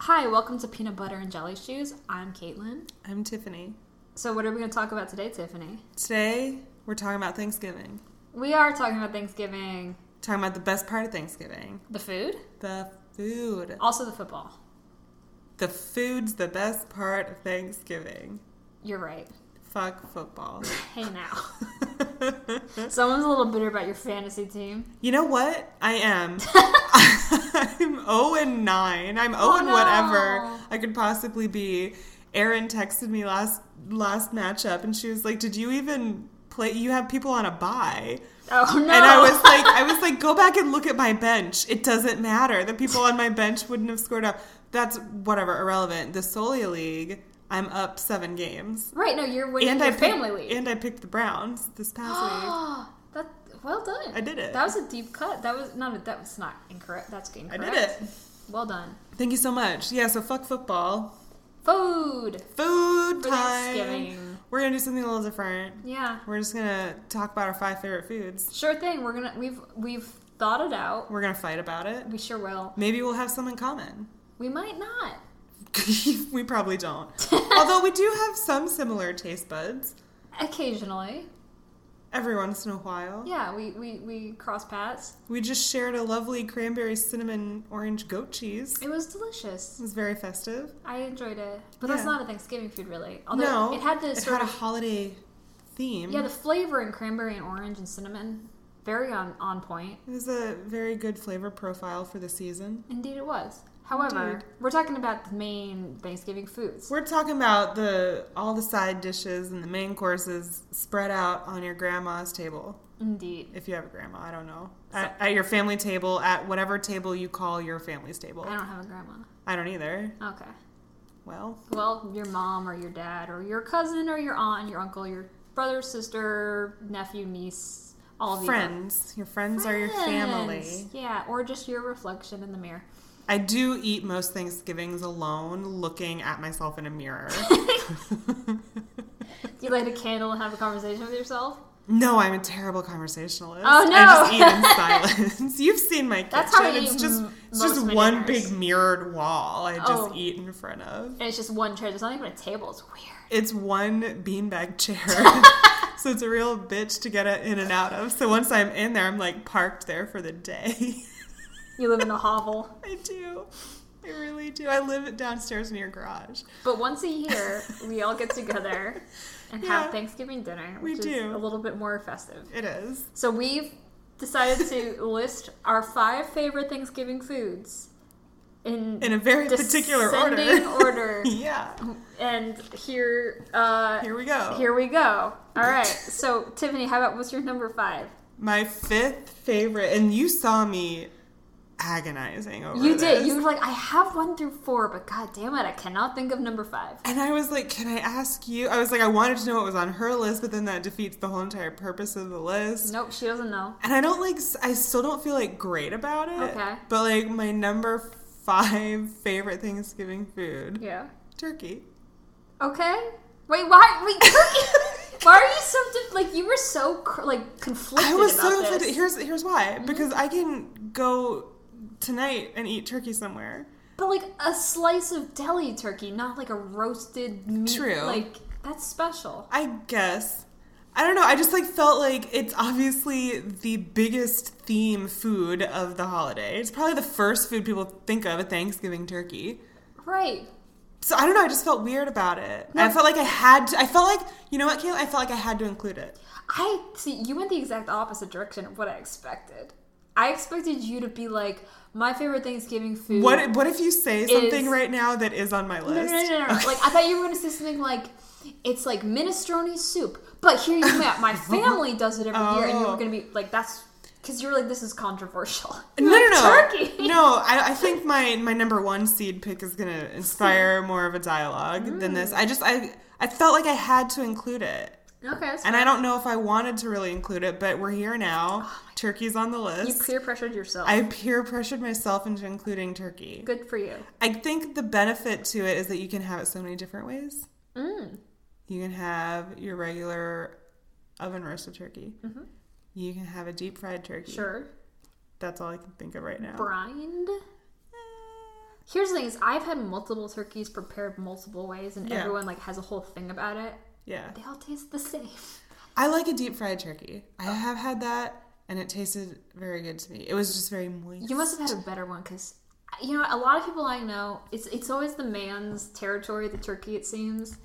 Hi, welcome to Peanut Butter and Jelly Shoes. I'm Caitlin. I'm Tiffany. So, what are we going to talk about today, Tiffany? Today, we're talking about Thanksgiving. We are talking about Thanksgiving, Talking about the best part of Thanksgiving the food, the food. also the football. The food's the best part of Thanksgiving. You're right. Fuck football. Hey, now. Someone's a little bitter about your fantasy team. you know what? I am. I'm 0 and 9. I'm 0 and no. whatever I could possibly be. Erin texted me last last matchup and she was like, Did you even play? You have people on a bye. Oh, no. And I was like, I was like, go back and look at my bench. It doesn't matter. The people on my bench wouldn't have scored up. That's whatever, irrelevant. The Solia League, I'm up seven games. right, no, you're winning and your I family picked, league. And I picked the Browns this past week. that, well done. I did it. That was a deep cut. That was not. That was not incorrect. That's I incorrect. did it. Well done. Thank you so much. Yeah, so fuck football. Food. Food For time. Thanksgiving. We're gonna do something a little different. Yeah. We're just gonna talk about our five favorite foods. Sure thing. We're gonna we've we've thought it out. We're gonna fight about it. We sure will. Maybe we'll have some in common. We might not. we probably don't. Although we do have some similar taste buds Occasionally. every once in a while. Yeah, we, we, we cross paths. We just shared a lovely cranberry cinnamon orange goat cheese. It It was delicious. was very festive. I enjoyed it. But that's Yeah. not a Thanksgiving food really. Although no, it had the it sort had a of holiday theme. Yeah, the flavor in cranberry and orange and cinnamon. Very on, on point. it was a very good flavor profile for the season. Indeed it was. However, Indeed. we're talking about the main Thanksgiving foods. We're talking about the all the side dishes and the main courses spread out on your grandma's table. Indeed. If you have a grandma, I don't know. At, at your family table, at whatever table you call your family's table. I don't have a grandma. I don't either. Okay. Well, Well, your mom or your dad or your cousin or your aunt, your uncle, your brother, sister, nephew, niece, all of friends. Your you. friends, are your family. Yeah, or just your reflection in the mirror. I do eat most Thanksgivings alone, looking at myself in a mirror. You light a candle and have a conversation with yourself. no, I'm a terrible conversationalist. Oh, no. I just eat in silence. You've seen my kitchen. That's how I it's eat just m- it's most of just my one dinners. big mirrored wall. I just Oh. eat in front of. And it's just one chair. There's not even a table. It's weird. It's one beanbag chair. so it's a real bitch to get in and out of. So once I'm in there, I'm like parked there for the day. You live in a hovel. I do. I really do. I live downstairs in your garage. But once a year, we all get together and Yeah. have Thanksgiving dinner, We which is do. a little bit more festive. It is. So we've decided to list our five favorite Thanksgiving foods in In a very particular order. descending order. yeah. And here, uh, Here we go. here we go. All right. So Tiffany, how about what's your number five? My fifth favorite, and you saw me agonizing over You this. did. You were like, I have one through four, but god damn it, I cannot think of number five. And I was like, can I ask you? I was like, I wanted to know what was on her list, but then that defeats the whole entire purpose of the list. Nope, she doesn't know. And I don't like, s- I still don't feel like great about it. Okay. But like, my number five favorite Thanksgiving food Yeah. turkey. Okay. Wait, why? Wait, Cookie, why are you so dif- like? You were so cr- like conflicted. I was about so this. offended. Here's here's why. Mm-hmm. Because I can go tonight and eat turkey somewhere. But like a slice of deli turkey, not like a roasted meat. True. Like that's special. I guess. I don't know. I just like felt like it's obviously the biggest theme food of the holiday. It's probably the first food people think of a Thanksgiving turkey. Right. So I don't know. I just felt weird about it. No. I felt like I had to. I felt like you know what, Kayla. I felt like I had to include it. I see you went the exact opposite direction of what I expected. I expected you to be like my favorite Thanksgiving food. What What if you say something Is- right now that is on my No, list? no, no, no, no. Okay. Like I thought you were going to say something like it's like minestrone soup, but here you are. My family does it every year, and you were Oh. going to be like that's because you're like this is controversial. No, no, no. Turkey. No, I, I think my my number one seed pick is gonna inspire more of a dialogue than Mm. this. I just I I felt like I had to include it, Okay. That's fine. and I don't know if I wanted to really include it, but we're here now. Turkey's on the Oh you list. peer pressured yourself. I peer pressured myself into including turkey. Good for you. I think the benefit to it is that you can have it so many different ways. Mm. You can have your regular oven roasted turkey. Mm-hmm. You can have a deep fried turkey. Sure. That's all I can think of right now. Brined. Here's the thing: is I've had multiple turkeys prepared multiple ways, and Yeah. everyone like has a whole thing about it. Yeah. They all taste the same. I like a deep fried turkey. I have had that and it tasted very good to me. It was just very moist. You must have had a better one because, you know, a lot of people I know, it's it's always the man's territory, the turkey. It seems.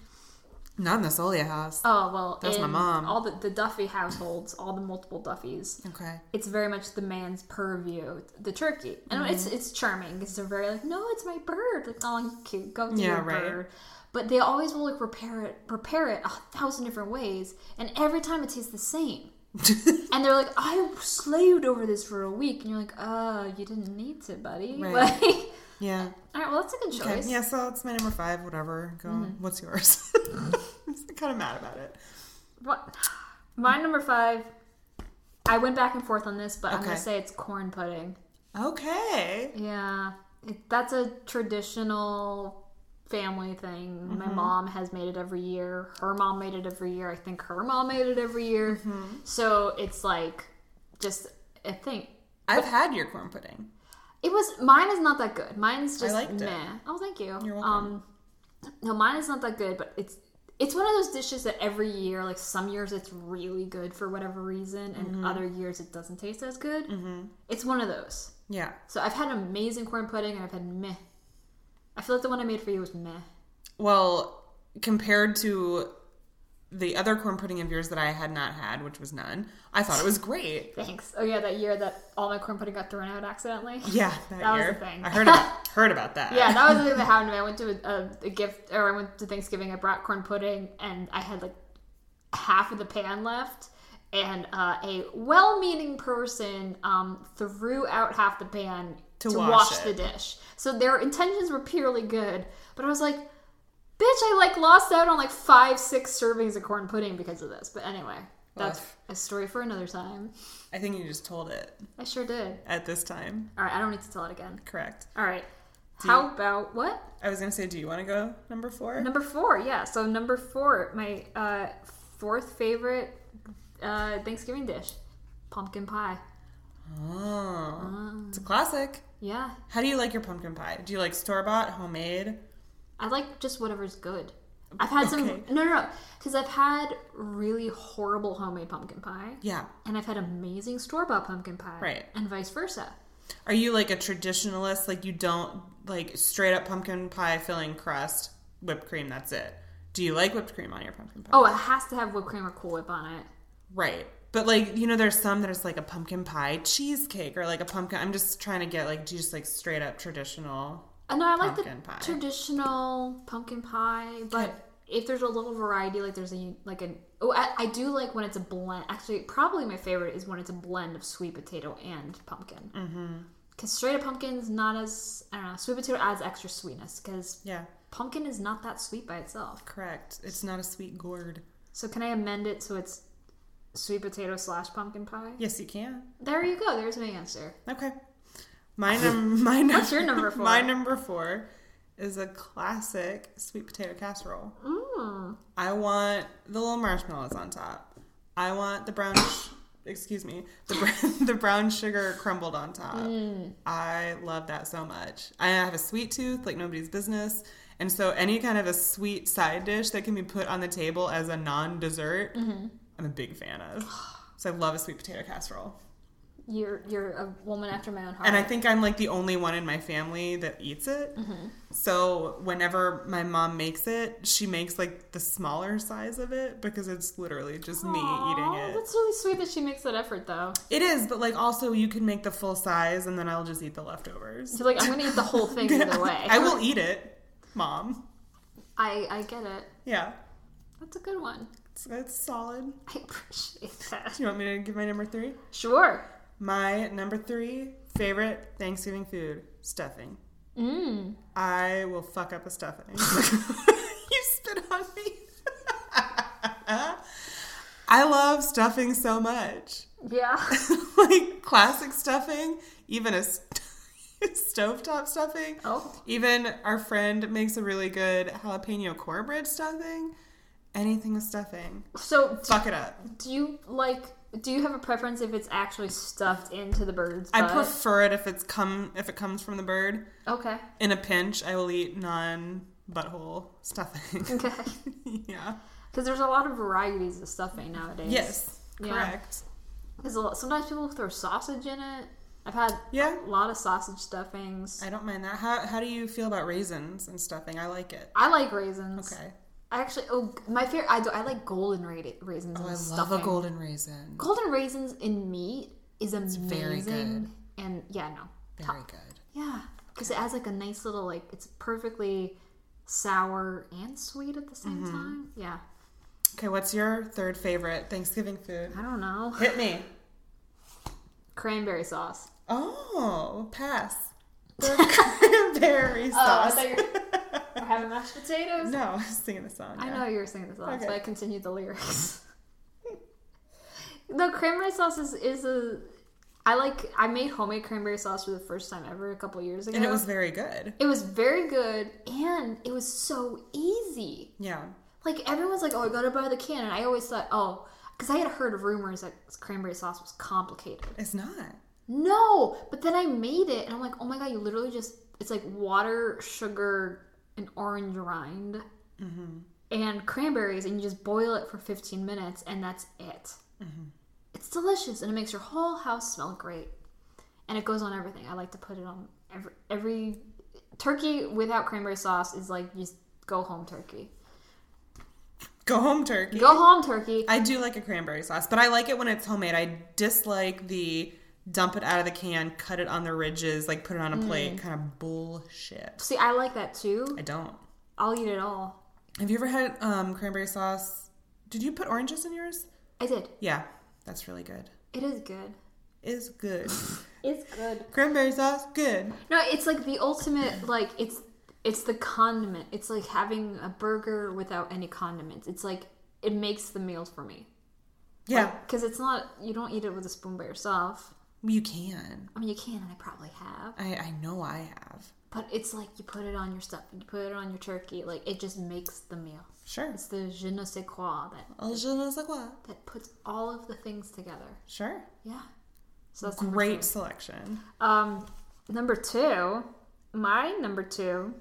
Not in the Solia house. Oh well, That's my in mom. All the, the Duffy households, all the multiple Duffys. Okay. It's very much the man's purview, the turkey, and it's Mm-hmm. it's charming because they're very like, no, it's my bird. Like, oh, you cute, go to Yeah, your right. bird. But they always will like prepare it, prepare it a thousand different ways, and every time it tastes the same. And they're like, I slaved over this for a week, and you're like, oh, you didn't need to, buddy. Right. Like, yeah. all right, well, that's a good Okay. choice. Mm-hmm. Yeah, so it's my number five, whatever. Go on. What's yours? I'm kind of mad about it. What? My number five. I went back and forth on this, but I'm gonna Okay. say it's corn pudding. Okay. Yeah, it, that's a traditional family thing. My mom has made it every year. Her mom made it every year. I think her mom made it every year. So it's like just a thing. I've had your corn pudding. It was mine is not that good. Mine's just liked it. meh. Oh, thank you. You're welcome. Um, no, mine is not that good, but it's it's one of those dishes that every year, like some years, it's really good for whatever reason, and Mm-hmm. other years it doesn't taste as good. Mm-hmm. It's one of those. Yeah. So I've had amazing corn pudding, and I've had meh. I feel like the one I made for you was meh. Well, compared to the other corn pudding of yours that I had not had, which was none, I thought it was great. Thanks. Oh yeah, that year that all my corn pudding got thrown out accidentally. Yeah, that, That was year. the thing. I heard about, heard about that. Yeah, that was the thing that happened to me. I went to a, a gift, or I went to Thanksgiving. I brought corn pudding, and I had like half of the pan left. And uh, a well-meaning person um, threw out half the pan To to, wash wash, it. the dish. So their intentions were purely good, but I was like, "Bitch, I like lost out on like five, six servings of corn pudding because of this." But anyway, that's Oof. a story for another time. I think you just told it I sure did. at this time. All right, I don't need to tell it again. Correct. All right, how about what? I was gonna say, do you want to go number four? Number four, yeah. So number four, my uh, fourth favorite uh, Thanksgiving dish, pumpkin pie. Oh, it's a classic. Yeah, How do you like your pumpkin pie? Do you like store bought, homemade? I like just whatever's good. I've had some Okay. no no no because I've had really horrible homemade pumpkin pie, Yeah. and I've had amazing store bought pumpkin pie, Right. And vice versa. Are you like a traditionalist? Like you don't like straight up pumpkin pie filling crust, whipped cream. That's it. Do you like whipped cream on your pumpkin pie? Oh, it has to have whipped cream or Cool Whip on it. Right. But like, you know, there's some that it's like a pumpkin pie cheesecake or like a pumpkin. I'm just trying to get like do you just like straight up traditional. Uh, no, I like the Pumpkin pie. traditional pumpkin pie, but if there's a little variety, like there's a like an oh, I, I do like when it's a blend. Actually, probably my favorite is when it's a blend of sweet potato and pumpkin. Mm-hmm. Because straight up pumpkin's not as I don't know. Sweet potato adds extra sweetness because Yeah, pumpkin is not that sweet by itself. correct. It's not a sweet gourd. So can I amend it so it's sweet potato slash pumpkin pie? Yes, you can. There you go. There's my answer. Okay. My num- my num- What's your number four? My number 4 is a classic sweet potato casserole. Mm. I want the little marshmallows on top. I want the brown sh- excuse me, the br- the brown sugar crumbled on top. Mm. I love that so much. I have a sweet tooth like nobody's business. And so any kind of a sweet side dish that can be put on the table as a non-dessert, Mm-hmm. I'm a big fan of. So I love a sweet potato casserole. You're you're a woman after my own heart. And I think I'm like the only one in my family that eats it. Mm-hmm. So whenever my mom makes it, she makes like the smaller size of it because it's literally just me eating Aw, it. That's really sweet that she makes that effort, though. It is, but like also you can make the full size and then I'll just eat the leftovers. So, like, I'm gonna eat the whole thing either way. I will eat it, mom. I, I get it. Yeah. That's a good one. It's, it's solid. I appreciate that. Do you want me to give my number three? Sure. My number three favorite Thanksgiving food stuffing. Mm. I will fuck up a stuffing. you spit on me. I love stuffing so much. Yeah. like classic stuffing, even a st- stovetop stuffing. Oh. Even our friend makes a really good jalapeno cornbread stuffing. Anything with stuffing. So, do, Fuck it up. do you like Do you have a preference if it's actually stuffed into the bird's I butt? prefer it if it's come if it comes from the bird. okay. In a pinch, I will eat non butthole stuffing. Okay. yeah. Because there's a lot of varieties of stuffing nowadays. Yes. Yeah. Correct. Because sometimes people throw sausage in it. I've had Yeah. a lot of sausage stuffings. I don't mind that. How how do you feel about raisins and stuffing? I like it. I like raisins. Okay. I actually, oh, my favorite, I, do, I like golden ra- raisins Oh, in I stuffing. love a golden raisin. golden raisins in meat is amazing. very And yeah, no. Very good. Yeah. Because it adds like a nice little, like, it's perfectly sour and sweet at the same Mm-hmm. time. Yeah. Okay, what's your third favorite Thanksgiving food? I don't know. Hit me. Cranberry sauce. Oh, pass. Cranberry sauce. Oh, thought you were having mashed potatoes. No, I was singing the song. I yeah. know you were singing the songs, Okay. but I continued the lyrics. no, cranberry sauce is, is a. I like. I made homemade cranberry sauce for the first time ever a couple years ago. And it was very good. It was very good, and it was so easy. Yeah. Like everyone's like, "Oh, I gotta buy the can," and I always thought, "Oh," because I had heard of rumors that cranberry sauce was complicated. It's not. No, but then I made it, and I'm like, "Oh my god, you literally just—it's like water, sugar, and orange rind, Mm-hmm. and cranberries, and you just boil it for 15 minutes, and that's it. Mm-hmm. It's delicious, and it makes your whole house smell great, and it goes on everything. I like to put it on every every turkey without cranberry sauce is like just go home turkey. Go home turkey. Go home turkey. I do like a cranberry sauce, but I like it when it's homemade. I dislike the dump it out of the can, cut it on the ridges, like put it on a plate kind of bullshit. See, I like that too. I don't. I'll eat it all. Have you ever had um, cranberry sauce? Did you put oranges in yours? I did. Yeah, that's really good. It is good. Is good. It's good. cranberry sauce, good. No, it's like the ultimate like it's it's the condiment. It's like having a burger without any condiments. It's like it makes the meal for me. Yeah, Cuz it's not you don't eat it with a spoon by yourself. you can. I mean, you can and I probably have. I, I know I have. But it's like you put it on your stuff, you put it on your turkey, like it just makes the meal. Sure. It's the je ne sais quoi that Oh, je ne sais quoi. that puts all of the things together. Sure. Yeah. So that's number Great selection. two. Um number 2, my number 2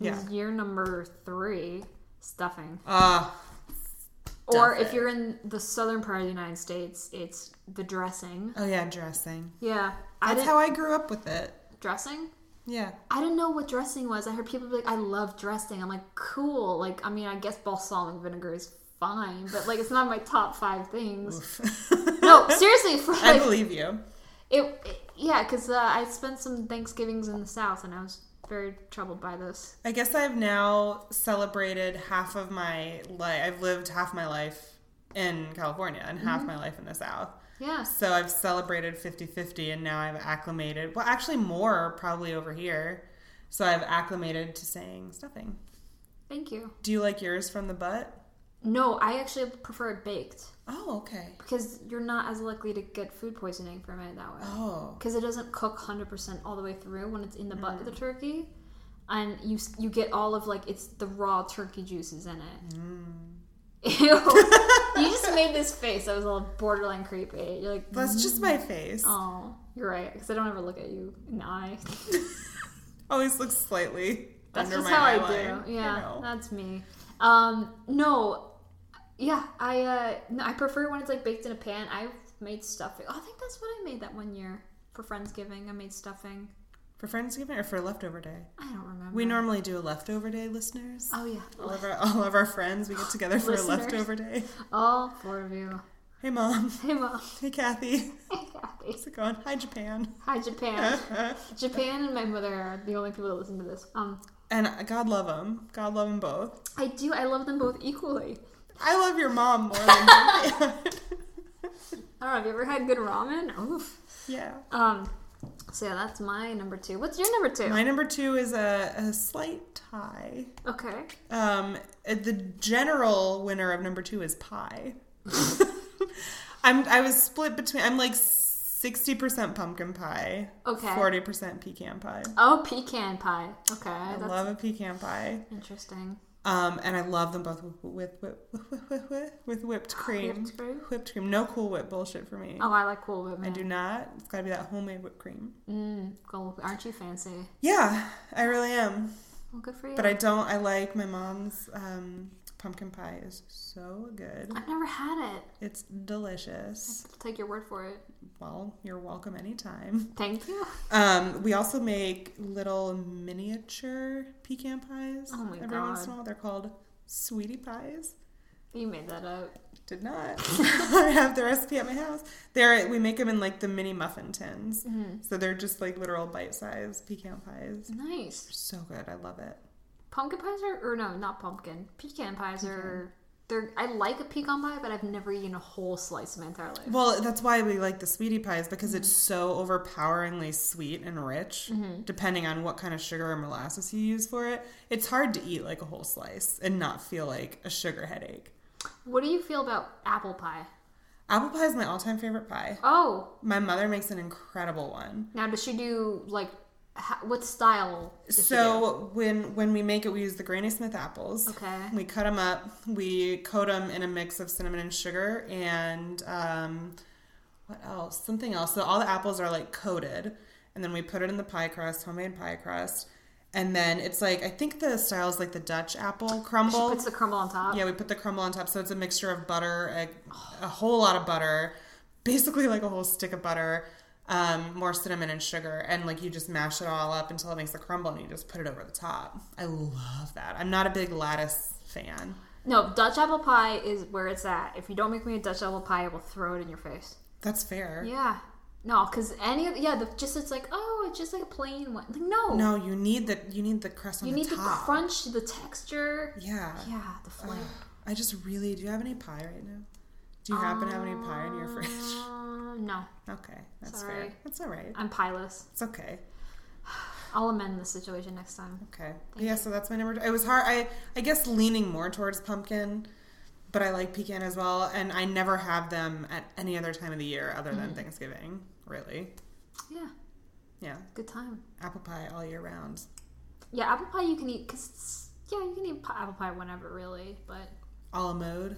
Yeah. is your number 3 stuffing. Uh, Or Stuff if you're in the southern part of the United States, it's the dressing. oh yeah, dressing. Yeah. I That's didn't how I grew up with it. dressing? Yeah. I didn't know what dressing was. I heard people be like, I love dressing. I'm like, cool. Like, I mean, I guess balsamic vinegar is fine, but like, it's not my top five things. No, seriously, for I like, believe you. it, it, yeah, because uh, I spent some Thanksgivings in the South and I was very troubled by this. I guess I've now celebrated half of my life. I've lived half my life in California and Mm-hmm. half my life in the South. Yes. So I've celebrated 50 50 and now I've acclimated. Well, actually, more probably over here. So I've acclimated to saying stuffing. Thank you. Do you like yours from the butt? No, I actually prefer it baked Oh, okay. because you're not as likely to get food poisoning from it that way. Oh. because it doesn't cook 100% all the way through when it's in the butt of Mm. the turkey and you s- you get all of like it's the raw turkey juices in it Mm. Ew. you just made this face that was all borderline creepy you're like That's just my face. oh you're right because i don't ever look at you in the eye Always looks slightly that's under just my how i eyeline, do you yeah know. that's me um no yeah i uh no, i prefer when it's like baked in a pan i've made stuffing oh, i think that's what i made that one year for friendsgiving i made stuffing For Friendsgiving or for leftover day? i don't remember We normally do a leftover day, listeners. oh yeah All of our, all of our friends, we get together for a Listeners. leftover day. All four of you. Hey, mom. Hey, mom. Hey, Kathy. Hey, Kathy. How's it going? Hi, Japan. Hi, Japan. Japan and my mother are the only people that listen to this. Um, and God love them. God love them both. I do. I love them both equally. I love your mom more than you. I don't know. Have you ever had good ramen? Oof. yeah. Um, so yeah, that's my number two. What's your number two? My number two is a, a slight tie. okay. Um, uh, the general winner of number two is pie. I'm I was split between. I'm like sixty percent pumpkin pie. Okay. Forty percent pecan pie. Oh, pecan pie. Okay, I that's love a pecan pie. interesting. Um, and I love them both with with with, with whipped cream. Whipped cream? Whipped cream. No Cool Whip bullshit for me. Oh, I like Cool Whip. I man. do not. It's gotta be that homemade whipped cream. Mm, Cool Whip. Aren't you fancy? Yeah, I really am. Well, good for you. But I don't. I like my mom's um, pumpkin pie is so good. I've never had it. It's delicious. I'll take your word for it. Well, you're welcome anytime. Thank you. Um, we also make little miniature pecan pies Oh my every once in God. a while. They're called sweetie pies. You made that up. Did not. I have the recipe at my house. They're we make them in like the mini muffin tins, Mm. so they're just like literal bite-sized pecan pies. Nice. So good, I love it. Pumpkin pies are, or no, not pumpkin. Pecan pies are. They're. I like a pecan pie, but I've never eaten a whole slice in my entire life. Well, that's why we like the sweetie pies because Mm-hmm. it's so overpoweringly sweet and rich. Depending on what kind of sugar and molasses you use for it, it's hard to eat like a whole slice and not feel like a sugar headache. What do you feel about apple pie? Apple pie is my all-time favorite pie. Oh, My mother makes an incredible one. now does she do like ha- what style? Does she So when when we make it, we use the Granny Smith apples. Okay. We cut them up. We coat them in a mix of cinnamon and sugar and um, what else? Something else. So all the apples are like coated, and then we put it in the pie crust, homemade pie crust, and then it's like I think the style is like the Dutch apple do? crumble. she puts the crumble on top. Yeah, we put the crumble on top, so it's a mixture of butter, a, a whole lot of butter, basically like a whole stick of butter, um, more cinnamon and sugar, and like you just mash it all up until it makes a crumble, and you just put it over the top. I love that. I'm not a big lattice fan. No, Dutch apple pie is where it's at. If you don't make me a Dutch apple pie, I will throw it in your face. That's fair. Yeah. No, because any of yeah, the, just it's like oh, it's just like a plain one. Like, no, No, you need the you need the crust on you the need the top. crunch, the texture. Yeah. Yeah, the flavor. I just really. Do you have any pie right now? Do you happen to have any pie in your fridge? Uh, no, Okay, that's Um, sorry. fair. That's all right. I'm pieless. It's okay. I'll amend the situation next time. Okay. yeah, so that's my number. Two. It was hard. I I guess leaning more towards pumpkin, but I like pecan as well, and I never have them at any other time of the year other than Thanksgiving. Really. Yeah, Yeah, good time. apple pie all year round. Yeah, apple pie you can eat because yeah, you can eat pi- apple pie whenever really. But A la mode.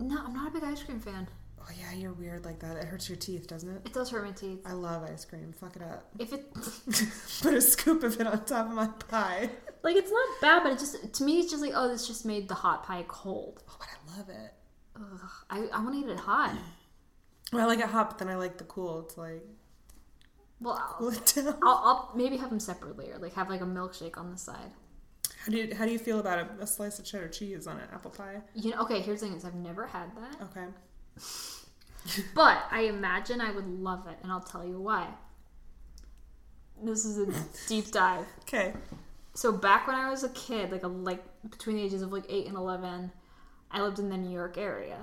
no, I'm not a big ice cream fan. Oh yeah, you're weird like that. It hurts your teeth, doesn't it? It does hurt my teeth. I love ice cream. Fuck it up. If it Put a scoop of it on top of my pie. like, it's not bad, but it just to me, it's just like oh, this just made the hot pie cold. Oh, but I love it. Ugh, I I want to eat it hot. Well, I like it hot, but then I like the cool. It's like Well, I'll, cool it down. I'll, I'll maybe have them separately or like have like a milkshake on the side. How do you, how do you feel about a, a slice of cheddar cheese on an apple pie? You know, okay. Here's the thing: is I've never had that, Okay. but I imagine I would love it, and I'll tell you why. This is a deep dive. Okay. So back when I was a kid, like a, like between the ages of like eight and eleven, I lived in the New York area,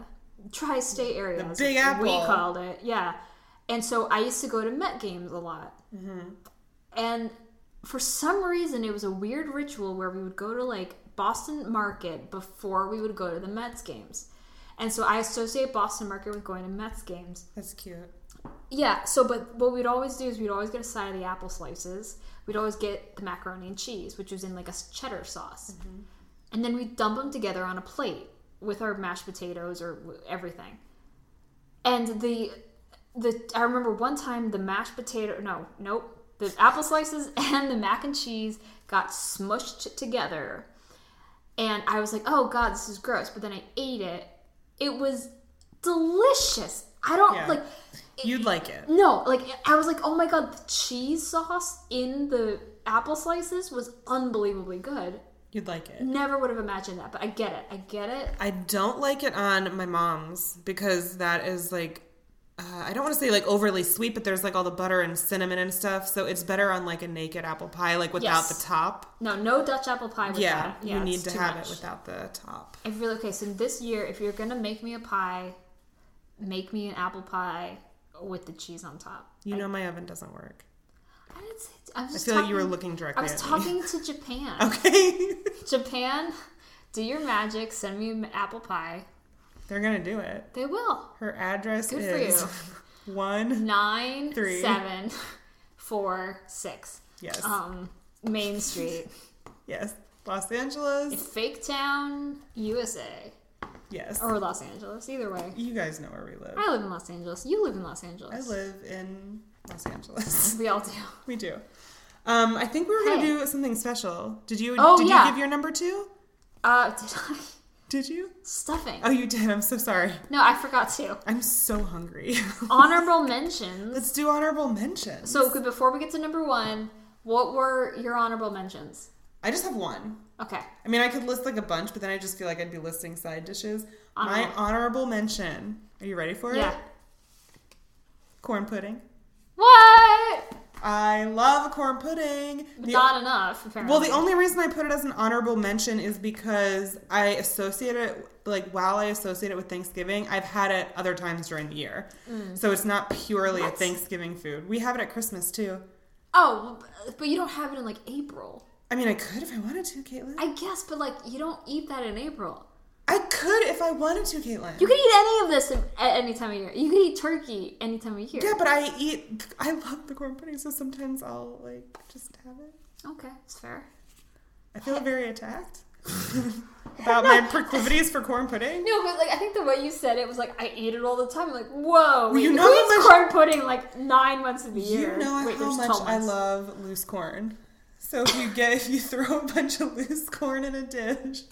tri-state area. The as Big We Apple. called it, yeah. And so I used to go to Met games a lot, Mm-hmm. and for some reason it was a weird ritual where we would go to like Boston Market before we would go to the Mets games. And so I associate Boston Market with going to Mets games. That's cute. Yeah, so but what we'd always do is we'd always get a side of the apple slices. We'd always get the macaroni and cheese, which was in like a s- cheddar sauce. And then we'd dump them together on a plate with our mashed potatoes or w- everything. And the the I remember one time the mashed potato no, nope, the apple slices and the mac and cheese got smushed together. And I was like, "Oh god, this is gross." But then I ate it. It was delicious. I don't Yeah. like You'd like it. no, like I was like, oh my god, the cheese sauce in the apple slices was unbelievably good. You'd like it. Never would have imagined that, but I get it. I get it. I don't like it on my mom's because that is like, uh, I don't want to say like overly sweet, but there's like all the butter and cinnamon and stuff. So it's better on like a naked apple pie, like without Yes. the top. No, no Dutch apple pie with Yeah, that. Yeah, you need it's to too have much. it without the top. I feel okay. So this year, if you're gonna make me a pie, make me an apple pie with the cheese on top. You know my oven doesn't work. I didn't say. I was I just feel talking, like you were looking I directly was at talking to Japan. me. Okay, Japan, do your magic. Send me an apple pie. they're gonna do it. They will. Her address Good for is one. Nine, Three. seven, four, six. Yes, Uh, um, Main Street. yes, Los Angeles. Fake Town, USA. Yes. Or Los Angeles, either way. You guys know where we live. I live in Los Angeles. You live in Los Angeles. I live in Los Angeles. We all do. we do. Um, I think we were gonna Hey. do something special. Did you? Oh, did yeah. you give your number two? Uh, did I? Did you? Stuffing. Oh, you did. I'm so sorry. No, I forgot to. I'm so hungry. Honorable mentions. Let's do honorable mentions. So, okay, before we get to number one, what were your honorable mentions? I just have one. Okay. I mean, I could list like a bunch, but then I just feel like I'd be listing side dishes. My Honorable. honorable mention. Are you ready for Yeah. it? Corn pudding. What? I love corn pudding. The- Not enough, apparently. well, the only reason I put it as an honorable mention is because I associate it like while I associate it with Thanksgiving, I've had it other times during the year. So it's not purely a Mm. What? Thanksgiving food. We have it at Christmas too. Oh, but you don't have it in like April. I mean, I could if I wanted to, Caitlin. I, I guess, but like you don't eat that in April. could if I wanted to, Caitlin. You could eat any of this in- at any time of year. You could eat turkey any time of year. Yeah, but I eat. I love the corn pudding, so sometimes I'll like just have it. Okay, it's fair. I feel very attacked about my proclivities for corn pudding. No, but like I think the way you said it was like I eat it all the time. like whoa, you wait, know who how eats much- corn pudding like nine months of the year? You know wait, how there's much 12 I months. love loose corn. So if you get if you throw a bunch of loose corn in a dish,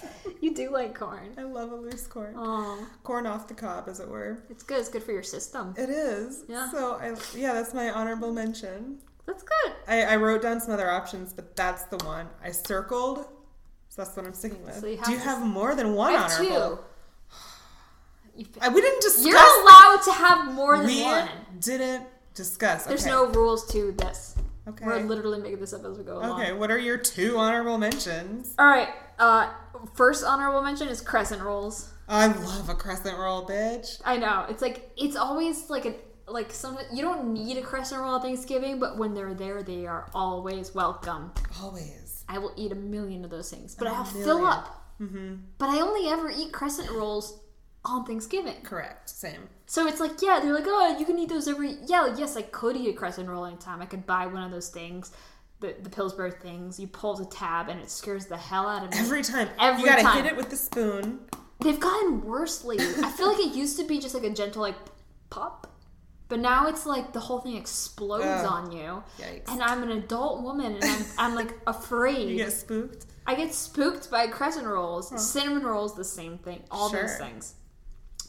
You do like corn. I love a loose corn. Oh, Corn off the cob, as it were. it's good. It's good for your system. It is. Yeah. So I yeah, that's my honorable mention. That's good. I, I wrote down some other options, but that's the one I circled. So that's what I'm sticking with. So you have Do you to- have more than one I have honorable? two. You've been- I, we didn't discuss. You're allowed to have more than we one. didn't discuss. There's okay. no rules to this. Okay. We're literally making this up as we go along. okay. What are your two honorable mentions? All right. Uh, first honorable mention is crescent rolls. I love a crescent roll, bitch. I know it's like it's always like an like some you don't need a crescent roll at Thanksgiving, but when they're there, they are always welcome. Always. I will eat a million of those things, but A I'll fill million. up. But I only ever eat crescent rolls on Thanksgiving. Correct. Same. So it's like, yeah, they're like, oh, you can eat those every. Yeah, like, yes, I could eat a crescent roll anytime. I could buy one of those things, the, the Pillsbury things. You pull the tab and it scares the hell out of me. Every time. Every you gotta time. hit it with the spoon. They've gotten worse lately. I feel like it used to be just like a gentle, like, pop. But now it's like the whole thing explodes Ugh. on you. Yikes. And I'm an adult woman and I'm, I'm like afraid. You get spooked. I get spooked by crescent rolls, cinnamon rolls, the same thing, all those Sure. things.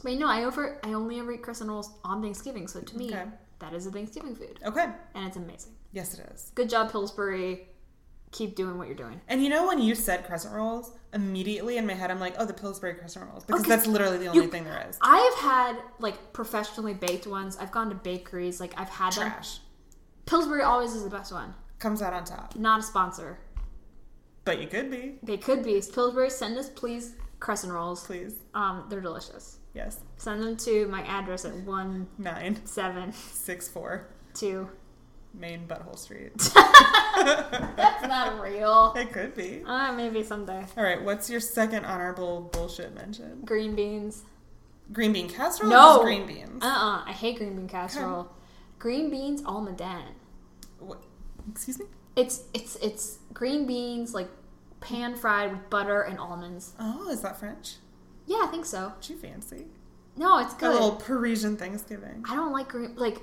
But no, I over I only ever eat crescent rolls on Thanksgiving, so to me, Okay. that is a Thanksgiving food, Okay. and it's amazing. Yes, it is. Good job, Pillsbury. Keep doing what you're doing. And you know when you said crescent rolls, immediately in my head I'm like, oh, the Pillsbury crescent rolls because Okay. that's literally the only You- thing there is. I have had like professionally baked ones. I've gone to bakeries. Like I've had them. Trash Pillsbury always is the best one. comes out on top, Not a sponsor. but you could be. They could be Pillsbury. Send us please crescent rolls. Please. Um, they're delicious. Yes. Send them to my address at one Nine seven six four two. Main Butthole Street. That's not real. It could be. Uh, maybe someday. All right, what's your second honorable bullshit mention? Green beans. Green bean casserole? or No. just green beans. Uh uh I hate green bean casserole. Green beans al madan. What? Excuse me. It's it's it's green beans like pan fried with butter and almonds. Oh, is that French? Yeah, I think so. Too fancy. No, it's Got a good. little Parisian Thanksgiving. I don't like green like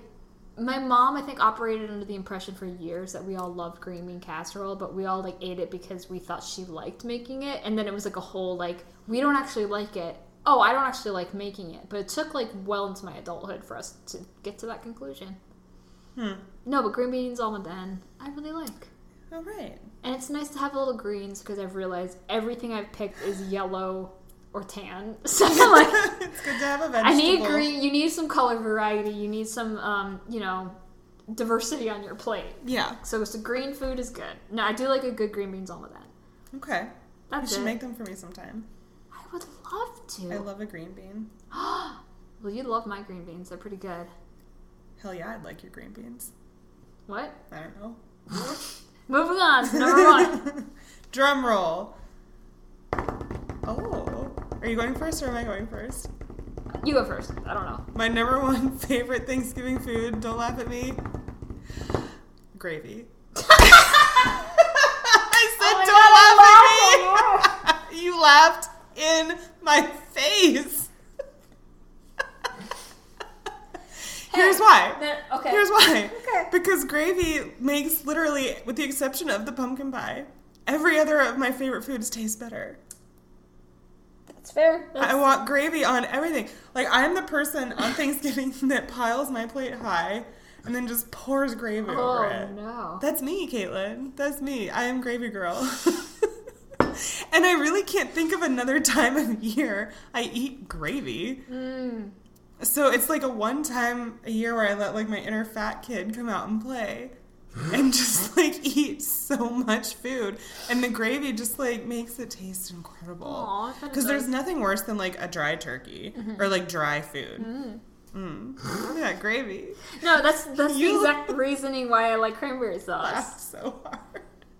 my mom I think operated under the impression for years that we all loved green bean casserole, but we all like ate it because we thought she liked making it and then it was like a whole like we don't actually like it. Oh, I don't actually like making it. But it took like well into my adulthood for us to get to that conclusion. Hmm. No, but green beans almond then I really like. All right. And it's nice to have a little greens because I've realized everything I've picked is yellow or tan. So like it's good to have a I vegetable. need green. You need some color variety. You need some, um, you know, diversity on your plate. Yeah. So, so green food is good. No, I do like a good green beans omelet. Okay. You That's should it. make them for me sometime. I would love to. I love a green bean. well, you love my green beans. They're pretty good. Hell yeah, I'd like your green beans. What? I don't know. Moving on. to Number one. Drum roll. Oh. Are you going first or am I going first? You go first. I don't know. My number one favorite Thanksgiving food, don't laugh at me. Gravy. I said, my don't laugh at me. Oh slapped in my face. Here's why. That- okay. Here's why. Okay. Because gravy makes literally, with the exception of the pumpkin pie, every other of my favorite foods taste better. That's fair. I want gravy on everything. Like I'm the person on Thanksgiving that piles my plate high and then just pours gravy over oh it. no. That's me, Caitlin. That's me. I am Gravy Girl. and I really can't think of another time of year I eat gravy. Mm. So it's like a one time a year where I let like my inner fat kid come out and play and just like eat so much food. And the gravy just like makes it taste incredible. Aw, I kinda Because does. there's nothing worse than like a dry turkey Mm-hmm. or like dry food. Mm. Look at that gravy. no. That's that's the You- exact reasoning why I like cranberry sauce. That's so hard.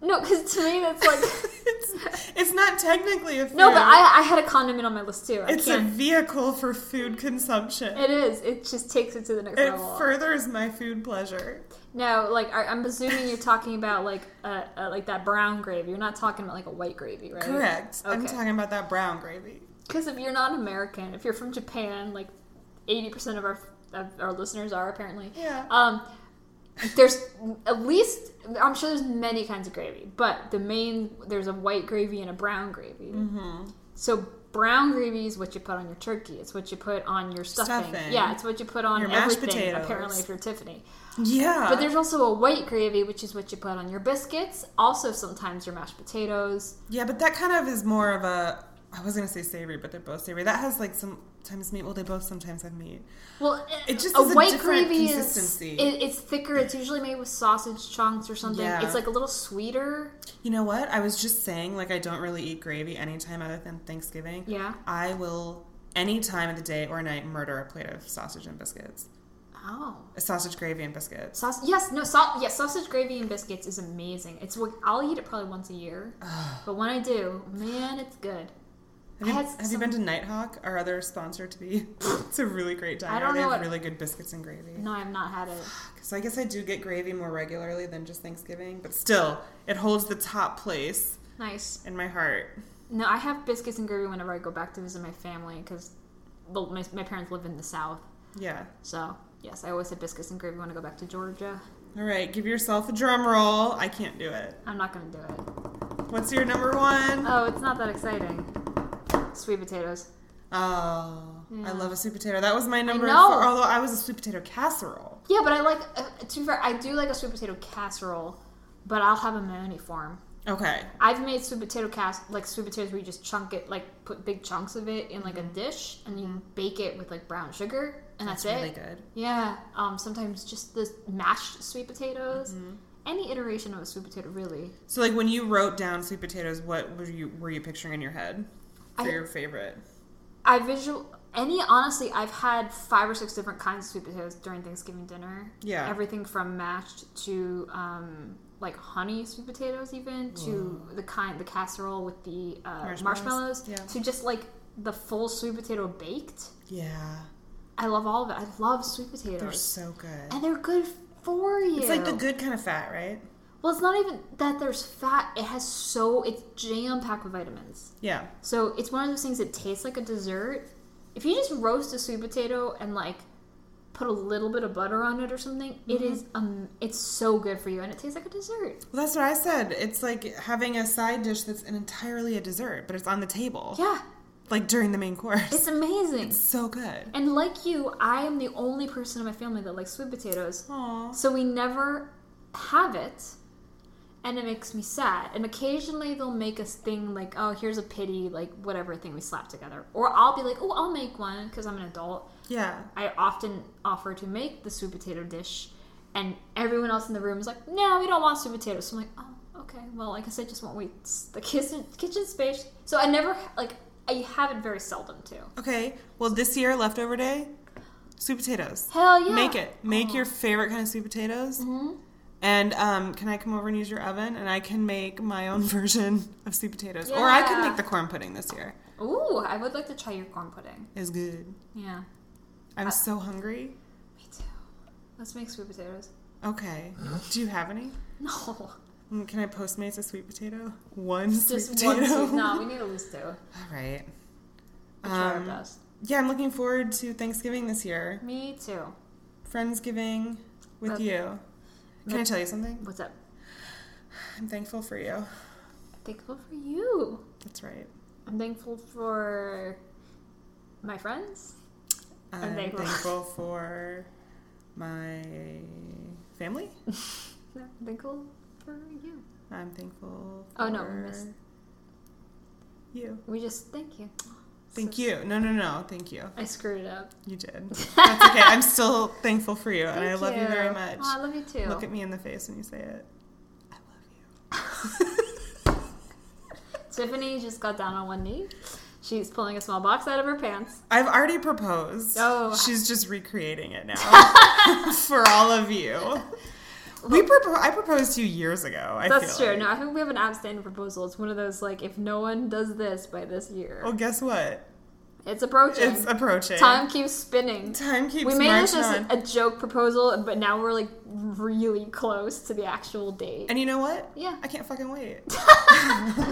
No, because to me that's like it's, it's not technically a food. no. But I I had a condiment on my list too. I It's a can't. vehicle for food consumption. It, It is. It just takes it to the next level. furthers my food pleasure. No, like I, I'm assuming you're talking about like uh, uh, like that brown gravy. You're not talking about like a white gravy, right? Correct. I'm Okay. talking about that brown gravy. Because if you're not American, if you're from Japan, like 80% of our of our listeners are apparently. Yeah. Um, there's at least I'm sure there's many kinds of gravy, but the main there's a white gravy and a brown gravy. Mm-hmm. So brown gravy is what you put on your turkey. It's what you put on your stuffing. Stuffing. Yeah, it's what you put on Your mashed everything. potatoes. Uh-huh. Apparently, if you're Tiffany. Yeah. But there's also a white gravy, which is what you put on your biscuits. Also, sometimes your mashed potatoes. yeah, but that kind of is more of a. I was gonna say savory, but they're both savory. That has like sometimes meat. Well, they both sometimes have meat. Well, It just a is a white different gravy consistency. is it, it's thicker. It's usually made with sausage chunks or something. Yeah. It's like a little sweeter. You know what? I was just saying, like, I don't really eat gravy anytime other than Thanksgiving. Yeah. I will any time of the day or night murder a plate of sausage and biscuits, uh, Oh, sausage gravy and biscuits. sauce. Yes, no, sau- yes, sausage gravy and biscuits is amazing. It's what I'll eat it probably once a year, but when I do, man, it's good. Have you, I had have you been to Nighthawk, our other sponsor to be? it's a really great diner. I don't they know have what- really good biscuits and gravy. No, I've not had it. So I guess I do get gravy more regularly than just Thanksgiving, but still, it holds the top place Nice. in my heart. No, I have biscuits and gravy whenever I go back to visit my family because my, my parents live in the south. Yeah. So yes, I always have biscuits and gravy when I go back to Georgia. All right, give yourself a drum roll. I can't do it. I'm not gonna do it. What's your number one? Oh, it's not that exciting. Sweet potatoes. Oh, I Yeah. love a sweet potato. That was my number Mm. know. four, although I was a sweet potato casserole. Yeah, but I like. Uh, to be fair, I do like a sweet potato casserole, but I'll have a Mahoney form. Okay. I've made sweet potato cas like sweet potatoes where you just chunk it, like put big chunks of it in like Mm-hmm. a dish, and you bake it with like brown sugar, and that's, it. really good. Yeah. Um. Sometimes just the mashed sweet potatoes. Mm-hmm. Any iteration of a sweet potato, really. So like when you wrote down sweet potatoes, what were you were you picturing in your head for I- your favorite? I visual any honestly. I've had five or six different kinds of sweet potatoes during Thanksgiving dinner. Yeah. everything from mashed to um, like honey sweet potatoes, even to the kind the casserole with the uh, marshmallows, Marshmallows. Yeah. to just like the full sweet potato baked. Yeah. I love all of it. I love sweet They're potatoes, so good. and they're good for you. It's like the good kind of fat, right? Well, it's not even that there's fat. It has so it's jam packed with vitamins. Yeah. So it's one of those things that tastes like a dessert. If you just roast a sweet potato and like put a little bit of butter on it or something, it Mm-hmm. is um, it's so good for you, and it tastes like a dessert. Well, that's what I said. It's like having a side dish that's an entirely a dessert, but it's on the table, Yeah, like during the main course. it's amazing. so good. And like you, I am the only person in my family that likes sweet potatoes, Aww. so we never have it. And it makes me sad. And occasionally they'll make us thing like, oh, here's a pity, like whatever thing we slap together. Or I'll be like, oh, I'll make one because I'm an adult. Yeah. I often offer to make the sweet potato dish, and everyone else in the room is like, "No, we don't want sweet potatoes." So I'm like, "Oh, okay. Well, like I said, just won't wait the kitchen kitchen space." So I never like I have it very seldom too. Okay. Well, this year leftover day, sweet potatoes. Hell yeah! Oh. Mm-hmm. Hmm? Make it. Make your favorite kind of sweet potatoes. And um, can I come over and use your oven? And I can make my own version of sweet potatoes, or I could Yeah. make the corn pudding this year. Ooh, I would like to try your corn pudding. It's good. Yeah, I'm Uh, so hungry. me too. Let's make sweet potatoes. Okay. Do you have any? No, Mm, Can I Postmates a sweet potato? One Just sweet one. potato. Sweet, no, we need at least two. We'll All right. try our Um, best. Yeah, I'm looking forward to Thanksgiving this year. Me too. Friendsgiving with Okay. you. Can I Let's- tell you something? What's up? I'm thankful for you. Thankful for you. That's right. I'm thankful for my friends. I'm, thankful. thankful for my family. I'm thankful for you. I'm thankful. For Oh, no, we missed- you. We just thank you. Thank you. No, no, no. Thank you. I screwed it up. You did. That's okay. I'm still thankful for you, and I Thank love you, very much. Aw, I love you too. Look at me in the face when you say it. I love you. Tiffany just got down on one knee. She's pulling a small box out of her pants. I've already proposed. Oh. She's just recreating it now for all of you. We propo- I proposed to you years ago. I That's feel true. like. No, I think we have an outstanding proposal. It's one of those like, if no one does this by this year, Well, guess what? it's approaching. It's approaching. Time keeps spinning. Time keeps we made this marching as on. a joke proposal, but now we're like really close to the actual date. and you know what? Yeah. I can't fucking wait.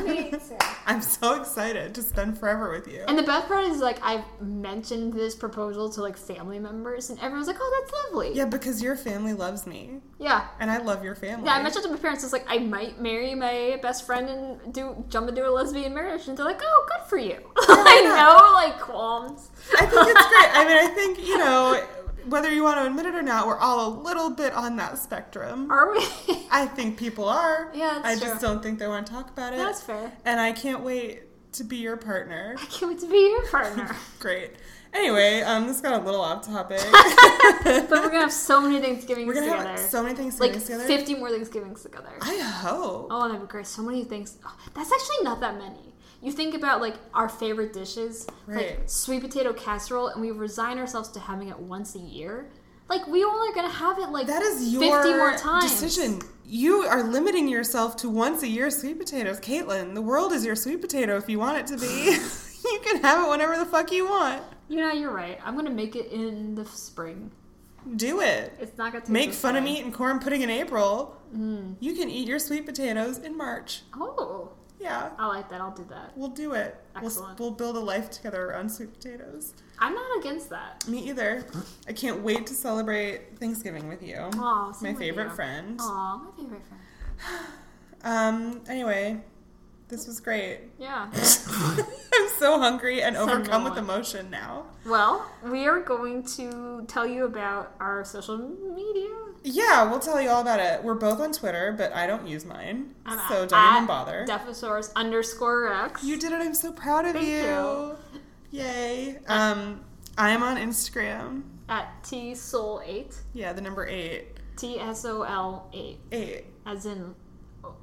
Me too. I'm so excited to spend forever with you. And the best part is like I've mentioned this proposal to like family members, and everyone's like, "Oh, that's lovely." yeah, because your family loves me, yeah. and I love your family. Yeah, I mentioned to my parents, it's like I might marry my best friend and do jump into a lesbian marriage, and they're like, "Oh, good for you." I know, like qualms. I think it's great. I mean, I think you know whether you want to admit it or not, we're all a little bit on that spectrum. Are we? I think people are. Yeah, that's I true. just don't think they want to talk about it. That's fair. and I can't wait to be your partner. I can't wait to be your partner. Great. Anyway, um, this got a little off topic. but we're gonna have so many Thanksgivings We're gonna together. have so many things like together. fifty more Thanksgivings together. I hope. Oh, that'd be great. So many things. Oh, that's actually not that many. You think about like our favorite dishes, like Right. sweet potato casserole, and we resign ourselves to having it once a year. Like we only are gonna have it like That is your 50 more times. decision. You are limiting yourself to once a year sweet potatoes, Caitlin. The world is your sweet potato if you want it to be. you can have it whenever the fuck you want. You know, you're right. I'm gonna make it in the spring. Do it. It's not gonna take Make this Mm. fun of long. me eating corn pudding in April. You can eat your sweet potatoes in March. Oh, Yeah, I like that. I'll do that. we'll do it. We'll, Excellent. we'll build a life together around sweet potatoes. I'm not against that. Me either. I can't wait to celebrate Thanksgiving with you. Aw, same my with favorite you. friend. Aw, my favorite friend. Um. Anyway, this was great. Yeah. I'm so hungry and Send overcome me with one. emotion now. well, we are going to tell you about our social media. Yeah, we'll tell you all about it. We're both on Twitter, but I don't use mine, I'm so at- don't even at bother. Defosaurus underscore X. you did it. I'm so proud of Thank you. Yay. Um, I am on Instagram. at T Soul eight. Yeah, the number eight. T S O L eight. Eight. As in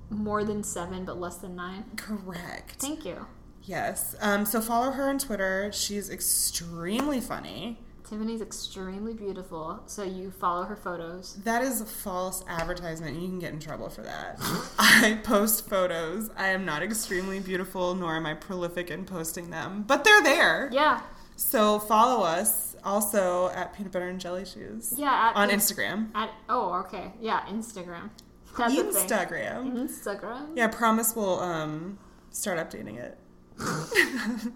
more than seven but less than nine. Correct. Thank you. yes. Um, so follow her on Twitter. She's extremely funny. Tiffany's extremely beautiful, so you follow her photos. That is a false advertisement. You can get in trouble for that. I post photos. I am not extremely beautiful, nor am I prolific in posting them, but they're there. Yeah. So follow us also at Peanut Butter and Jelly Shoes Yeah. At, on Instagram. At, oh, okay. Yeah, Instagram. That's a thing. Instagram. Instagram. Yeah, promise we'll um, start updating it.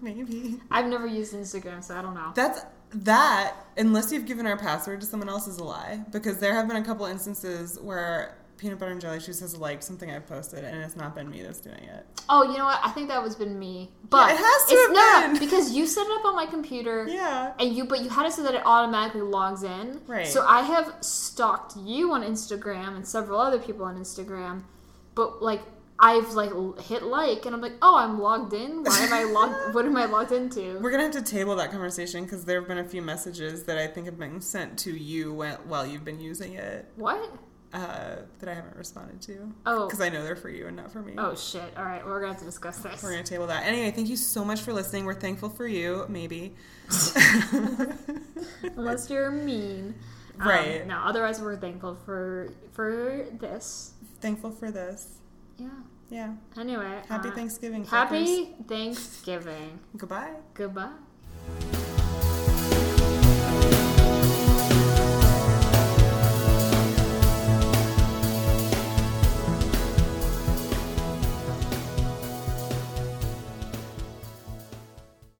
Maybe. I've never used Instagram, so I don't know. That's that. Unless you've given our password to someone else, is a lie. Because there have been a couple instances where peanut butter and jelly shoes has liked something I've posted, and it's not been me that's doing it. Oh, you know what? I think that was been me. But it has to it's, have no, no, been. because you set it up on my computer. Yeah. And you, but you had it so that it automatically logs in. Right. So I have stalked you on Instagram and several other people on Instagram, but like I've like l- hit like and I'm like, oh, I'm logged in. Why am I logged? what am I logged into? We're gonna have to table that conversation because there have been a few messages that I think have been sent to you whe- while you've been using it What? uh, that I haven't responded to Oh. because I know they're for you and not for me. Oh shit! All right, we're gonna have to discuss this. We're gonna table that. Anyway, thank you so much for listening. We're thankful for you. Maybe. Unless you're mean, Um, Right. no, otherwise we're thankful for for this. thankful for this. Yeah. Yeah. Anyway. Happy uh, Thanksgiving. fuckers. Happy Thanksgiving. Goodbye. Goodbye.